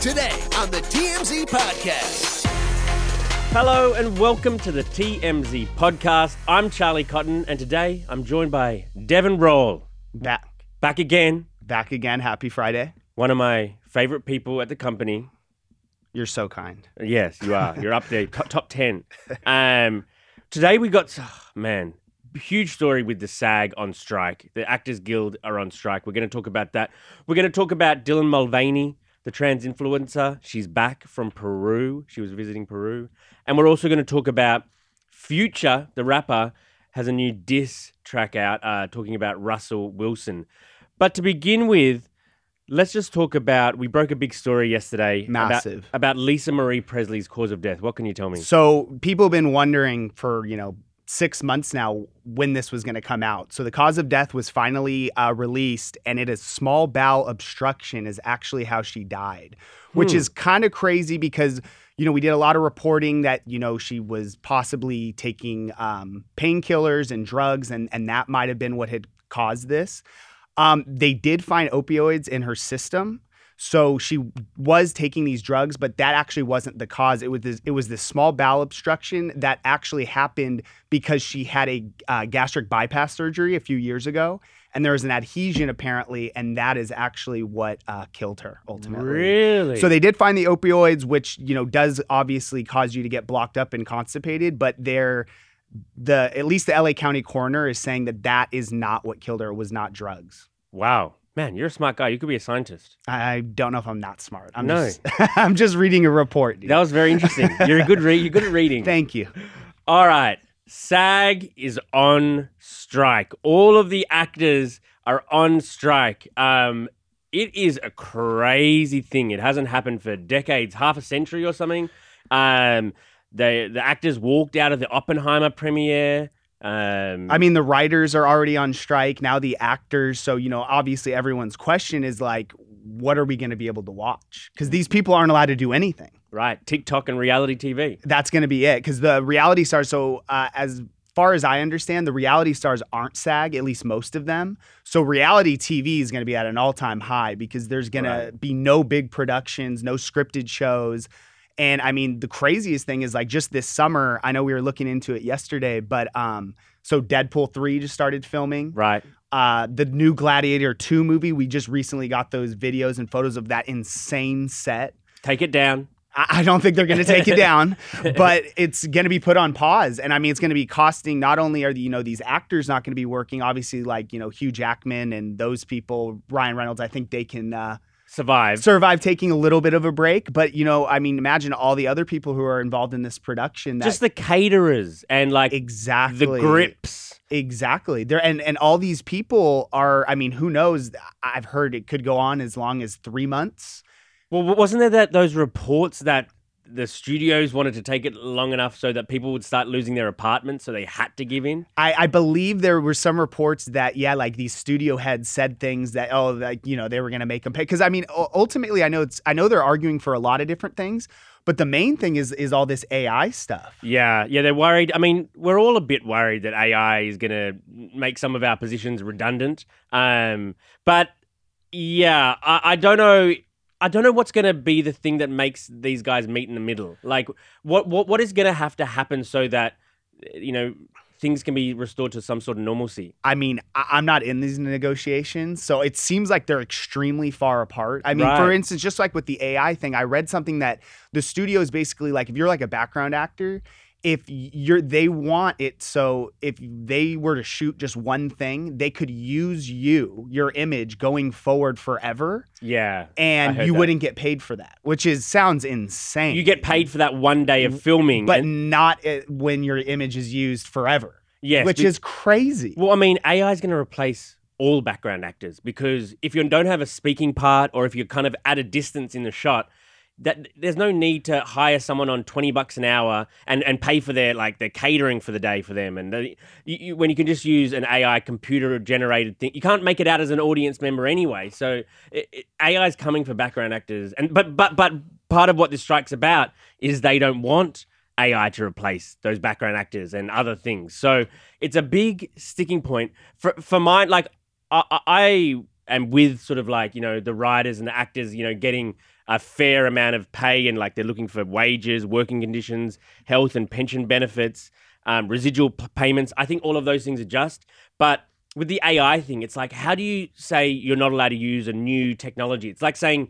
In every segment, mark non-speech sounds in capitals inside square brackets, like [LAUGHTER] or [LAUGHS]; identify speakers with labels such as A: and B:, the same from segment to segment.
A: Today on the TMZ Podcast.
B: Hello and welcome to the TMZ podcast. I'm Charlie Cotton, and today I'm joined by Devin Roll.
C: back
B: Back again,
C: back again happy friday
B: one of my favorite people at the company.
C: you're so kind
B: Yes, you are. You're up there, top, top 10. Um, today we got, oh, man, huge story with the SAG on strike. The Actors Guild are on strike. We're going to talk about that. We're going to talk about Dylan Mulvaney, the trans influencer. She's back from Peru. She was visiting Peru. And we're also going to talk about Future, the rapper, has a new diss track out uh, talking about Russell Wilson. But to begin with, let's just talk about. We broke a big story yesterday about-
C: Massive.
B: about Lisa Marie Presley's cause of death. What can you tell me?
C: so people have been wondering for you know six months now when this was going to come out so the cause of death was finally uh, released and it is small bowel obstruction is actually how she died which is kind of crazy because you know we did a lot of reporting that you know she was possibly taking um, painkillers and drugs and and that might have been what had caused this Um, they did find opioids in her system. So she was taking these drugs, but that actually wasn't the cause. It was this, it was this small bowel obstruction that actually happened because she had a uh, gastric bypass surgery a few years ago, and there was an adhesion apparently, and that is actually what uh, killed her ultimately.
B: Really?
C: So they did find the opioids, which you know does obviously cause you to get blocked up and constipated, but they're the at least the LA County coroner is saying that that is not what killed her. It was not drugs.
B: wow, man, you're a smart guy. You could be a scientist.
C: I I don't know if I'm that smart. I'm
B: No.
C: just [LAUGHS] I'm just reading a report. dude.
B: That was very
C: [LAUGHS]
B: interesting. you're a good read. You're good at reading.
C: Thank you.
B: All right. SAG is on strike. All of the actors are on strike. Um, it is a crazy thing. It hasn't happened for decades, half a century or something. Um, they, the actors walked out of the Oppenheimer premiere. Um,
C: I mean, the writers are already on strike now. The actors, so you know, obviously, everyone's question is like, what are we going to be able to watch? Because these people aren't allowed to do anything.
B: right, TikTok and reality TV.
C: that's going to be it because the reality stars. So uh, as far as I understand, the reality stars aren't SAG, at least most of them. So reality TV is going to be at an all-time high because there's going to be no big productions, no scripted shows. And I mean, the craziest thing is like just this summer. I know we were looking into it yesterday, but um, so Deadpool three just started filming.
B: Right.
C: Uh, the new Gladiator two movie. We just recently got those videos and photos of that insane set.
B: Take it down.
C: I I don't think they're going to take it
B: [LAUGHS]
C: down, but it's going to be put on pause. And I mean, it's going to be costing not only are the, you know these actors not going to be working, obviously like you know Hugh Jackman and those people, Ryan Reynolds. I think they can uh,
B: Survive.
C: survive taking a little bit of a break. But you know, I mean, imagine all the other people who are involved in this production. That
B: just the caterers and like
C: exactly
B: the grips.
C: Exactly. There and and all these people are. I mean, who knows? I've heard it could go on as long as three months.
B: Well, w- wasn't there that those reports that the studios wanted to take it long enough so that people would start losing their apartments, so they had to give in?
C: I, I believe there were some reports that yeah, like these studio heads said things that oh, like you know they were gonna make them pay because I mean u- ultimately I know it's I know they're arguing for a lot of different things, but the main thing is is all this AI stuff.
B: Yeah, yeah, they're worried. I mean, we're all a bit worried that AI is going to make some of our positions redundant. Um, but yeah, I, I don't know. I don't know what's going to be the thing that makes these guys meet in the middle. Like, what what what is going to have to happen so that you know things can be restored to some sort of normalcy?
C: I mean I, I'm not in these negotiations, so it seems like they're extremely far apart. I mean, for
B: Right.
C: instance, just like with the AI thing, I read something that the studio is basically like if you're like a background actor. If you're, they want it so if they were to shoot just one thing, they could use you, your image going forward forever,
B: Yeah,
C: and
B: heard
C: you
B: that.
C: wouldn't get paid for that, which is sounds insane.
B: you get paid for that one day of filming,
C: Mm, but
B: and-
C: not eh, it, when your image is used forever,
B: yes,
C: which
B: be-
C: is crazy.
B: well, I mean, AI is going to replace all background actors because if you don't have a speaking part or if you're kind of at a distance in the shot, that there's no need to hire someone on 20 bucks an hour and, and pay for their like their catering for the day for them and the, you, you, when you can just use an ai computer generated thing you can't make it out as an audience member anyway so it, it, ai is coming for background actors and but but but part of what this strike's about is they don't want AI to replace those background actors and other things. So it's a big sticking point for for my like I, I I am with sort of like you know the writers and the actors you know getting a fair amount of pay and like they're looking for wages, working conditions, health and pension benefits, um, residual p- payments. I think all of those things are just, but with the AI thing, it's like how do you say you're not allowed to use a new technology? It's like saying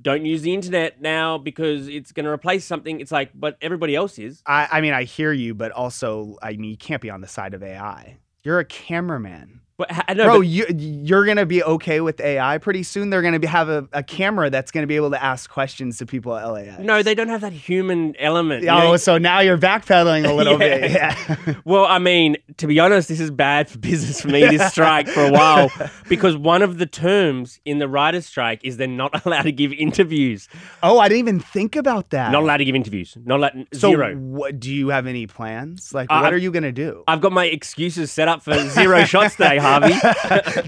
B: don't use the internet now because it's going to replace something. It's like, but everybody else is.
C: I, I mean, I hear you, but also, I mean, you can't be on the side of AI. You're a cameraman.
B: But I know,
C: Bro,
B: but,
C: you, you're going to be okay with AI. Pretty soon, they're going to be, have a, a camera that's going to be able to ask questions to people at LAX.
B: no, they don't have that human element. you know?
C: Oh, so now you're backpedaling a little
B: [LAUGHS] Yeah.
C: bit. Yeah.
B: Well, I mean, to be honest, this is bad for business for me,
C: [LAUGHS]
B: this strike for a while, because one of the terms in the writer's strike is they're not [LAUGHS] allowed to give interviews.
C: [LAUGHS] oh, I didn't even think about that.
B: Not allowed to give interviews. Not allowed,
C: Ah. so
B: zero.
C: What, do you have any plans? Like,
B: Uh,
C: what
B: I've-
C: are you going
B: [LAUGHS]
C: to do?
B: I've got my excuses set up for zero shots today,
C: [LAUGHS]
B: Harvey.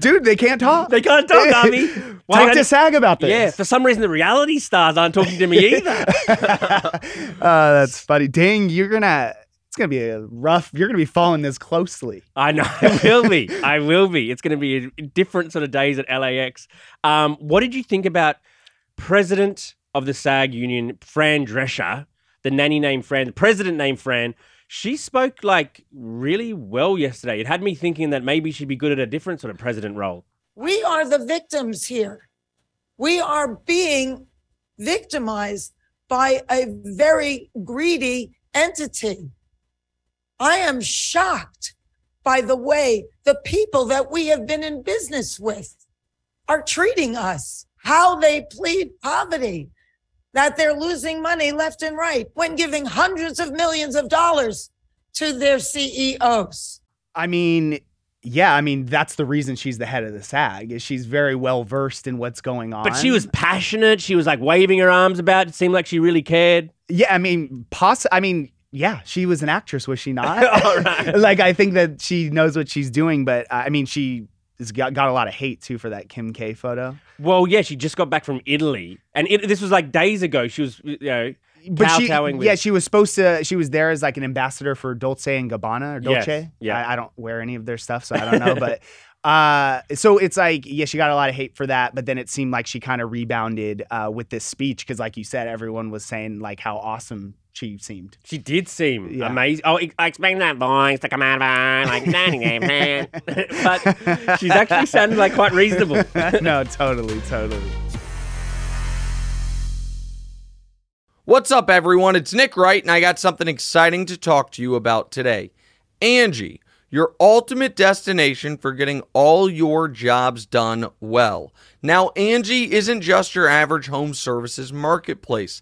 C: Dude, they can't talk.
B: They can't talk, Harvey.
C: [LAUGHS]
B: Why
C: Talk
B: don't-
C: to SAG about this.
B: Yeah, for some reason, the reality stars aren't talking to
C: [LAUGHS]
B: me either.
C: Uh, that's funny. Dang, you're gonna. It's gonna be a rough. You're gonna be following this closely.
B: I know. [LAUGHS] I will be. I will be. It's going to be a different sort of days at LAX. Um, what did you think about President of the SAG Union, Fran Drescher, the nanny named Fran, the president named Fran? She spoke like really well yesterday. It had me thinking that maybe she'd be good at a different sort of president role.
D: We are the victims here. We are being victimized by a very greedy entity. I am shocked by the way the people that we have been in business with are treating us, how they plead poverty, that they're losing money left and right when giving hundreds of millions of dollars to their E CEOs.
C: I mean, yeah. I mean, that's the reason she's the head of the SAG. Is she's very well versed in what's going on.
B: But she was passionate. She was like waving her arms about. It seemed like she really cared.
C: Yeah, I mean, poss. I mean, yeah, she was an actress, was she
B: [LAUGHS]
C: not?
B: All right.
C: [LAUGHS] Like, I think that she knows what she's doing, but uh, I mean, she has got, got a lot of hate too for that Kim K photo.
B: Well, yeah, she just got back from Italy, and it, this was like days ago. She was, you know,
C: she,
B: Kowtowing with-
C: yeah, she was supposed to. She was there as like an ambassador for Dolce and Gabbana or
B: Yes,
C: Dolce.
B: yeah.
C: I, I don't wear any of their stuff, so I don't know. but [LAUGHS] uh, so it's like, yeah, she got a lot of hate for that. But then it seemed like she kind of rebounded uh, with this speech because, like you said, everyone was saying like how awesome she seemed. [LAUGHS]
B: She did seem
C: Yeah.
B: amazing. Oh, I expect that voice to come out of her like nanny name man. [LAUGHS] but she's actually sounded like quite reasonable.
C: no, totally, totally.
E: What's up, everyone? It's Nick Wright, and I got something exciting to talk to you about today. Angie, your ultimate destination for getting all your jobs done well. Now, Angie isn't just your average home services marketplace,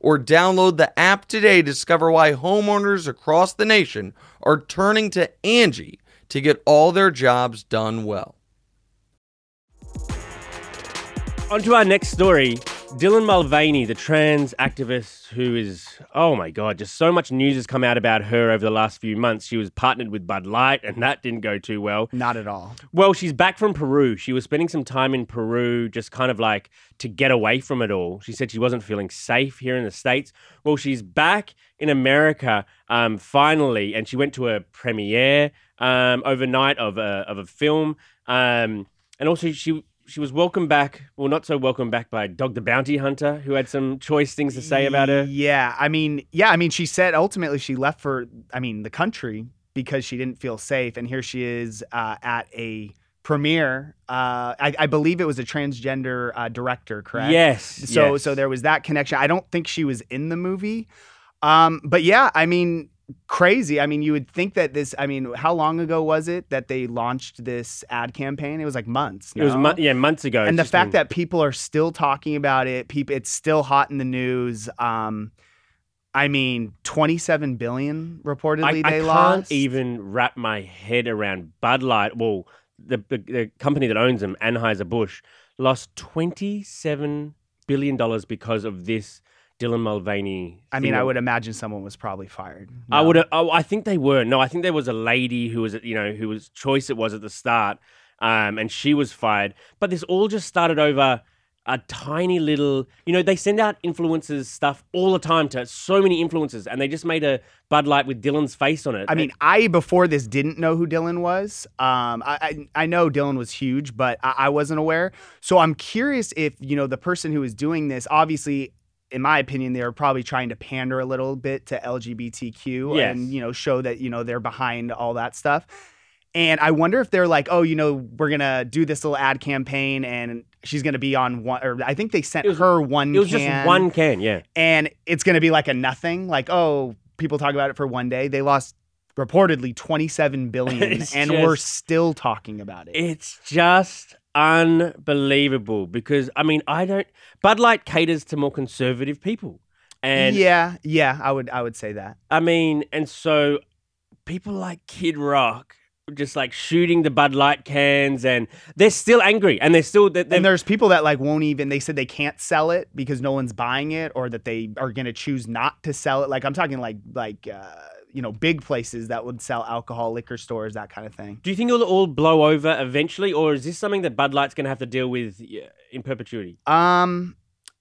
E: or download the app today to discover why homeowners across the nation are turning to Angie to get all their jobs done well.
B: On to our next story. Dylan Mulvaney, the trans activist who is, oh my God, just so much news has come out about her over the last few months. She was partnered with Bud Light, and that didn't go too well.
C: Not at all.
B: Well, she's back from Peru. She was spending some time in Peru just kind of like to get away from it all. She said she wasn't feeling safe here in the States. Well, she's back in America um, finally, and she went to a premiere um, overnight of a, of a film. Um, and also, she. She was welcomed back, well, not so welcomed back by Dog the Bounty Hunter, who had some choice things to say about her.
C: Yeah, I mean, yeah, I mean, she said ultimately she left for, I mean, the country because she didn't feel safe, and here she is uh, at a premiere. Uh, I, I believe it was a transgender uh, director, correct?
B: Yes.
C: So,
B: yes.
C: so there was that connection. I don't think she was in the movie, um, but yeah, I mean, crazy. I mean, you would think that this. I mean, how long ago was it that they launched this ad campaign? It was like months.
B: it was
C: no?
B: mon- yeah months ago.
C: and the
B: It's just been-
C: fact that people are still talking about it, people, it's still hot in the news. Um, I mean, 27 billion reportedly
B: I,
C: they
B: I can't
C: lost.
B: even wrap my head around Bud Light. Well, the, the, the company that owns them, Anheuser Busch, lost twenty seven billion dollars because of this Dylan Mulvaney.
C: I mean,
B: thing.
C: I would imagine someone was probably fired.
B: I
C: No.
B: would. Oh, I think they were. No, I think there was a lady who was, you know, who was choice it was at the start, um, and she was fired. But this all just started over a tiny little. You know, they send out influencers stuff all the time to so many influencers, and they just made a Bud Light with Dylan's face on it.
C: I mean, I before this didn't know who Dylan was. Um, I, I I know Dylan was huge, but I, I wasn't aware. So I'm curious if you know the person who is doing this. Obviously, in my opinion, they are probably trying to pander a little bit to LGBTQ
B: Yes.
C: and you know show that you know they're behind all that stuff. And I wonder if they're like, oh, you know, we're gonna do this little ad campaign, and she's gonna be on one. Or I think they sent
B: It was-
C: her one.
B: it was
C: can
B: just one can. Yeah.
C: and it's going to be like a nothing like oh people talk about it for one day they lost reportedly 27
B: [LAUGHS]
C: billion
B: It's
C: and we're
B: just-
C: still talking about it
B: It's just unbelievable because I mean I don't Bud Light caters to more conservative people. And
C: yeah yeah i would i would say that
B: I mean and so people like Kid Rock just like shooting the Bud Light cans and they're still angry and they're still they're,
C: and there's people that like won't even they said they can't sell it because no one's buying it or that they are going to choose not to sell it like i'm talking like like uh you know big places that would sell alcohol liquor stores that kind of thing
B: do you think it'll all blow over eventually or is this something that Bud Light's going to have to deal with yeah, in perpetuity?
C: Um,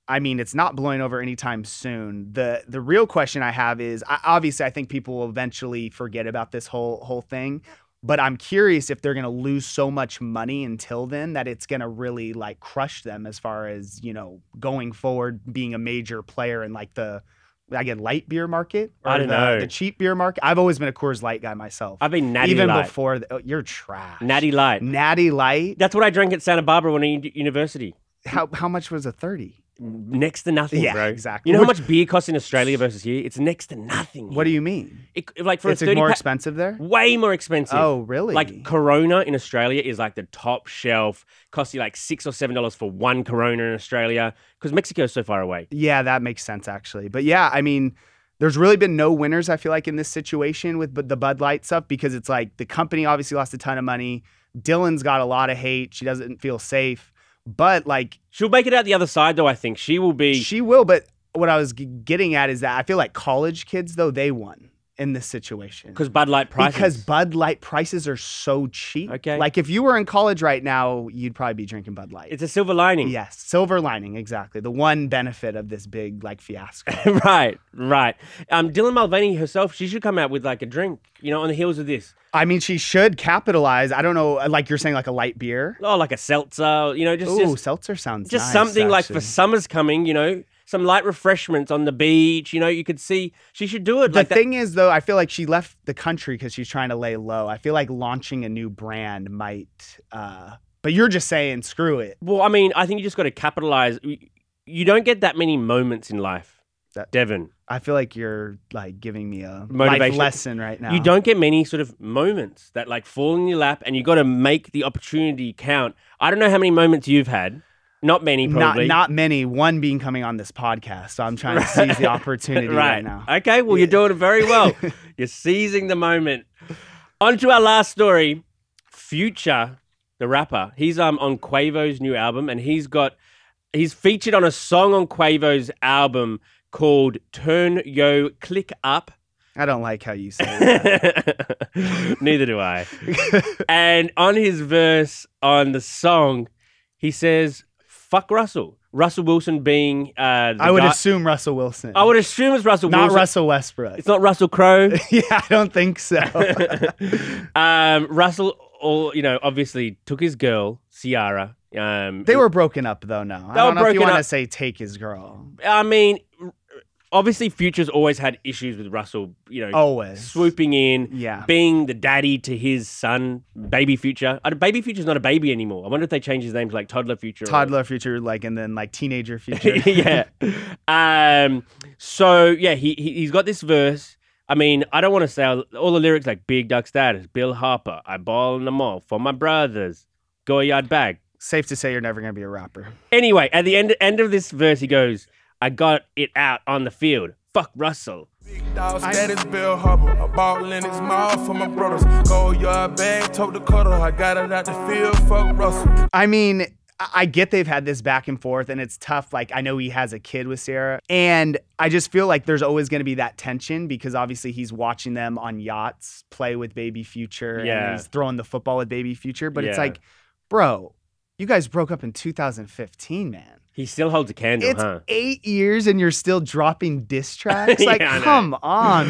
C: I mean, it's not blowing over anytime soon. the The real question I have is, I, obviously, I think people will eventually forget about this whole whole thing. But I'm curious if they're going to lose so much money until then that it's going to really like crush them as far as you know going forward being a major player in like the I get light beer market.
B: I don't
C: the,
B: know.
C: the cheap beer market. I've always been a Coors Light guy myself.
B: I've been Natty
C: even
B: Light.
C: before the, oh, you're trash.
B: Natty Light.
C: Natty Light.
B: That's what I drank at Santa Barbara when I was in university.
C: How how much was a thirty?
B: Next to nothing,
C: Yeah,
B: bro.
C: exactly.
B: You know how
C: Which-
B: much beer costs in Australia versus here? It's next to nothing.
C: What do you mean?
B: It, like for
C: it's
B: a thirty
C: more
B: pa-
C: expensive there.
B: way more expensive.
C: Oh, really?
B: Like Corona in Australia is like the top shelf. Costs you like six or seven dollars for one Corona in Australia because Mexico's so far away.
C: yeah, that makes sense actually. But yeah, I mean, there's really been no winners. I feel like in this situation with bu- the Bud Light stuff because it's like the company obviously lost a ton of money. Dylan's got a lot of hate. She doesn't feel safe. But like
B: She'll make it out the other side though. I think she will be.
C: she will. But what I was g- getting at is that I feel like college kids though they won in this situation.
B: because Bud Light prices.
C: Because Bud Light prices are so cheap.
B: Okay.
C: Like if you were in college right now, you'd probably be drinking Bud Light.
B: it's a silver lining.
C: Yes, silver lining, exactly. The one benefit of this big like fiasco.
B: [LAUGHS] [LAUGHS] right, right. Um, Dylan Mulvaney herself, she should come out with like a drink, you know, on the heels of this.
C: I mean, she should capitalize. I don't know, like you're saying, like a light beer.
B: Oh, like a seltzer, you know, just
C: Ooh,
B: just,
C: seltzer sounds
B: just
C: nice,
B: something like for
C: actually.
B: summer's coming, you know, some light refreshments on the beach. You know, you could see she should do it.
C: The
B: like that-
C: thing is, though, I feel like she left the country because she's trying to lay low. I feel like launching a new brand might. uh But you're just saying, screw it.
B: Well, I mean, I think you just got to capitalize. You- You don't get that many moments in life,
C: That-
B: Devon.
C: I feel like you're like giving me a life
B: Motivation.
C: lesson right now.
B: You don't get many sort of moments that like fall in your lap, and you got to make the opportunity count. I don't know how many moments you've had. Not many,
C: Not
B: probably.
C: not many. One being coming on this podcast, so I'm trying to
B: [LAUGHS]
C: seize the opportunity right, now.
B: Okay, well, you're doing it very
C: [LAUGHS]
B: well. you're seizing the moment. On to our last story. Future, the rapper, he's um on Quavo's new album, and he's got He's featured on a song on Quavo's album called Turn Yo Click Up. [LAUGHS]
C: I don't like how you say it.
B: Neither do
C: [LAUGHS]
B: I. and on his verse on the song, he says, fuck Russell. Russell Wilson being. Uh, the
C: I would
B: guy-
C: assume Russell Wilson.
B: I would assume it's Russell
C: not
B: Wilson.
C: Russell Westbrook.
B: It's not Russell
C: [LAUGHS]
B: Crowe. [LAUGHS]
C: yeah, I don't think so.
B: um, Russell, all, you know, obviously took his girl, Ciara. Um,
C: they were broken up though. No, I
B: They were
C: don't know if you
B: broken
C: want to
B: up.
C: say take his girl.
B: I mean, obviously, Future's always had issues with Russell, you know,
C: Always
B: swooping in,
C: Yeah.
B: being the daddy to his son, Baby Future. Uh, baby Future's not a baby anymore. I wonder if they change his name to like Toddler Future. or-
C: toddler future, like and then
B: [LAUGHS]
C: like teenager future.
B: yeah. Um. So yeah, he, he he's got this verse. I mean, I don't want to say all, all the lyrics like Big Duck Status, Bill Harper, I ball in the mall for my brothers, go a yard back.
C: Safe to say you're never gonna be a rapper.
B: Anyway, at the end end of this verse, he goes, "I got it out on the field. Fuck Russell."
F: Dog status, Bill Harbor. I bought Lennox Mall for my brothers. Gold yard bag, tote the cutter. I got it out the field, fuck Russell.
C: I mean, I I get they've had this back and forth, and it's tough. Like, I know he has a kid with Sarah, and I just feel like there's always going to be that tension because obviously he's watching them on yachts play with Baby Future,
B: Yeah.
C: and he's throwing the football at Baby Future. But it's
B: Yeah.
C: like, bro, you guys broke up in 2015, man.
B: He still holds a candle,
C: It's
B: huh?
C: eight years, and you're still
B: [LAUGHS]
C: dropping diss tracks. Like,
B: I know.
C: come on,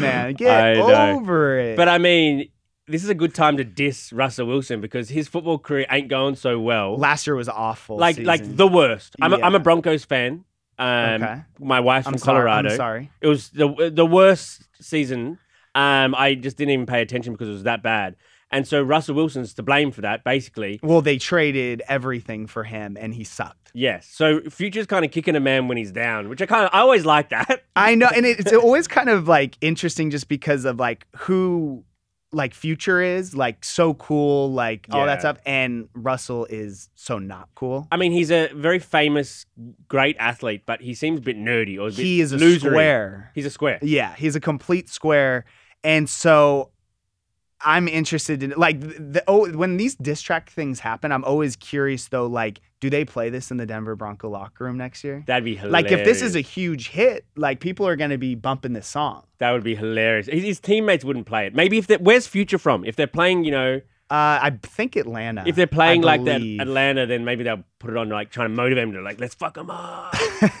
B: [LAUGHS]
C: man,
B: I
C: get
B: know.
C: over it.
B: But I mean, this is a good time to diss Russell Wilson because his football career ain't going so well.
C: last year was awful.
B: like like
C: season.
B: the worst. I'm a, I'm
C: Yeah.
B: a Broncos fan. Um,
C: Okay.
B: my wife's
C: I'm
B: from
C: sorry,
B: Colorado.
C: I'm sorry.
B: It was the the worst season. Um, I just didn't even pay attention because it was that bad. And so Russell Wilson's to blame for that, basically.
C: Well, they traded everything for him, and he sucked.
B: Yes. So Future's kind of kicking a man when he's down, which I kind of I always like that. [LAUGHS]
C: I know, and it- it's always kind of like interesting just because of like who like Future is like so cool, like all
B: Yeah.
C: that stuff, and Russell is so not cool.
B: I mean, he's a very famous, great athlete, but he seems a bit nerdy or a bit
C: He is a
B: losery.
C: square.
B: He's a square.
C: Yeah, he's a complete square, and so I'm interested in like th- the oh when these diss track things happen, I'm always curious though. Like, do they play this in the Denver Bronco locker room next year?
B: That'd be hilarious.
C: like, if this is a huge hit, like people are going to be bumping this song.
B: that would be hilarious. His, his teammates wouldn't play it. Maybe if they where's Future from? If they're playing, you know,
C: Uh, I think Atlanta.
B: if they're
C: I
B: playing like that
C: believe.
B: Atlanta, then maybe they'll put it on like trying to motivate him to like let's fuck him up. [LAUGHS]
C: [LAUGHS]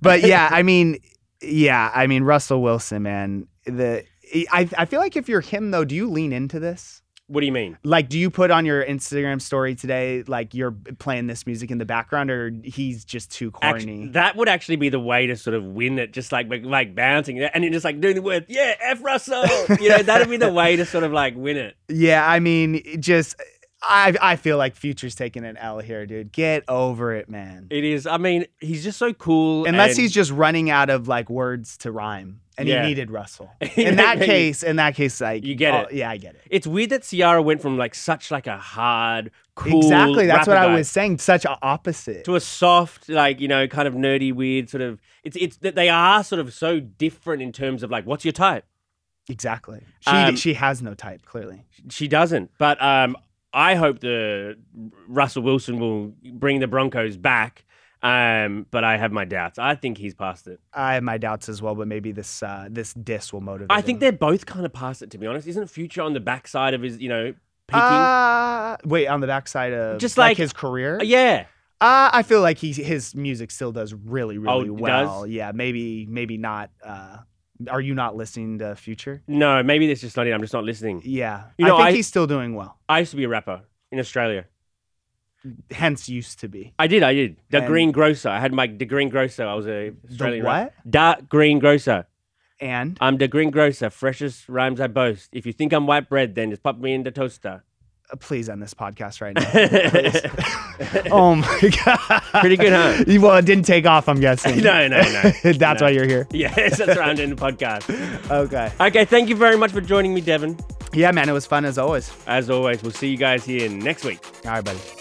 C: but yeah, I mean, yeah, I mean Russell Wilson, man. The I I feel like if you're him though, do you lean into this?
B: what do you mean?
C: Like, do you put on your Instagram story today, like you're playing this music in the background, or he's just too
B: Act-
C: corny?
B: that would actually be the way to sort of win it, just like like- like bouncing it and then just like doing the word, yeah, F Russell. you know, that'd be the way to sort of like win it.
C: yeah, I mean, it just I I feel like Future's taking an L here, dude. Get over it, man.
B: It is. I mean, he's just so cool.
C: Unless
B: and-
C: he's just running out of like words to rhyme, and
B: Yeah.
C: he
B: [LAUGHS]
C: needed Russell. In that
B: Yeah, you-
C: case, in that case, like
B: You get
C: oh,
B: it.
C: Yeah, I get it.
B: It's weird that Ciara went from like such like a hard, cool,
C: exactly. That's
B: rapper
C: what
B: guy
C: I was saying. Such a opposite.
B: to a soft, like you know, kind of nerdy, weird sort of. It's it's that they are sort of so different in terms of like what's your type.
C: Exactly. She
B: Um,
C: she has no type clearly.
B: She doesn't. But um, I hope the Russell Wilson will bring the Broncos back. Um, but I have my doubts. I think he's past it.
C: I have my doubts as well, but maybe this uh, this diss will motivate.
B: I think
C: him.
B: they're both kind of past it, to be honest. Isn't Future on the backside of his, you know, peaking?
C: Uh, wait, on the backside of
B: Just
C: just
B: like-
C: like, his career.
B: Uh, yeah,
C: Uh, I feel like he his music still does really
B: Oh,
C: really
B: it
C: well.
B: does?
C: Yeah, maybe maybe not. Uh, are you not listening to Future?
B: no, maybe that's just not it. I'm just not listening.
C: Yeah,
B: You know,
C: I think
B: I-
C: he's still doing well.
B: I used to be a rapper in Australia.
C: Hence, used to be.
B: I did, I did. The
C: And-
B: Green Grocer. I had my the Green Grocer. I was a Australian.
C: the
B: rap-
C: what?
B: Da Green Grocer.
C: And
B: I'm the Green Grocer. Freshest rhymes I boast. If you think I'm white bread, then just pop me in the toaster.
C: uh, please end this podcast right
B: [LAUGHS]
C: now. oh my god.
B: Pretty good, huh?
C: [LAUGHS] Well, it didn't take off. I'm guessing.
B: [LAUGHS] No, no, no.
C: [LAUGHS] That's
B: No.
C: why you're here.
B: [LAUGHS] Yes, that's right. I'm doing the podcast.
C: Okay.
B: Okay, thank you very much for joining me, Devin.
C: Yeah, man, it was fun as always.
B: As always, we'll see you guys here next week.
C: All right, buddy.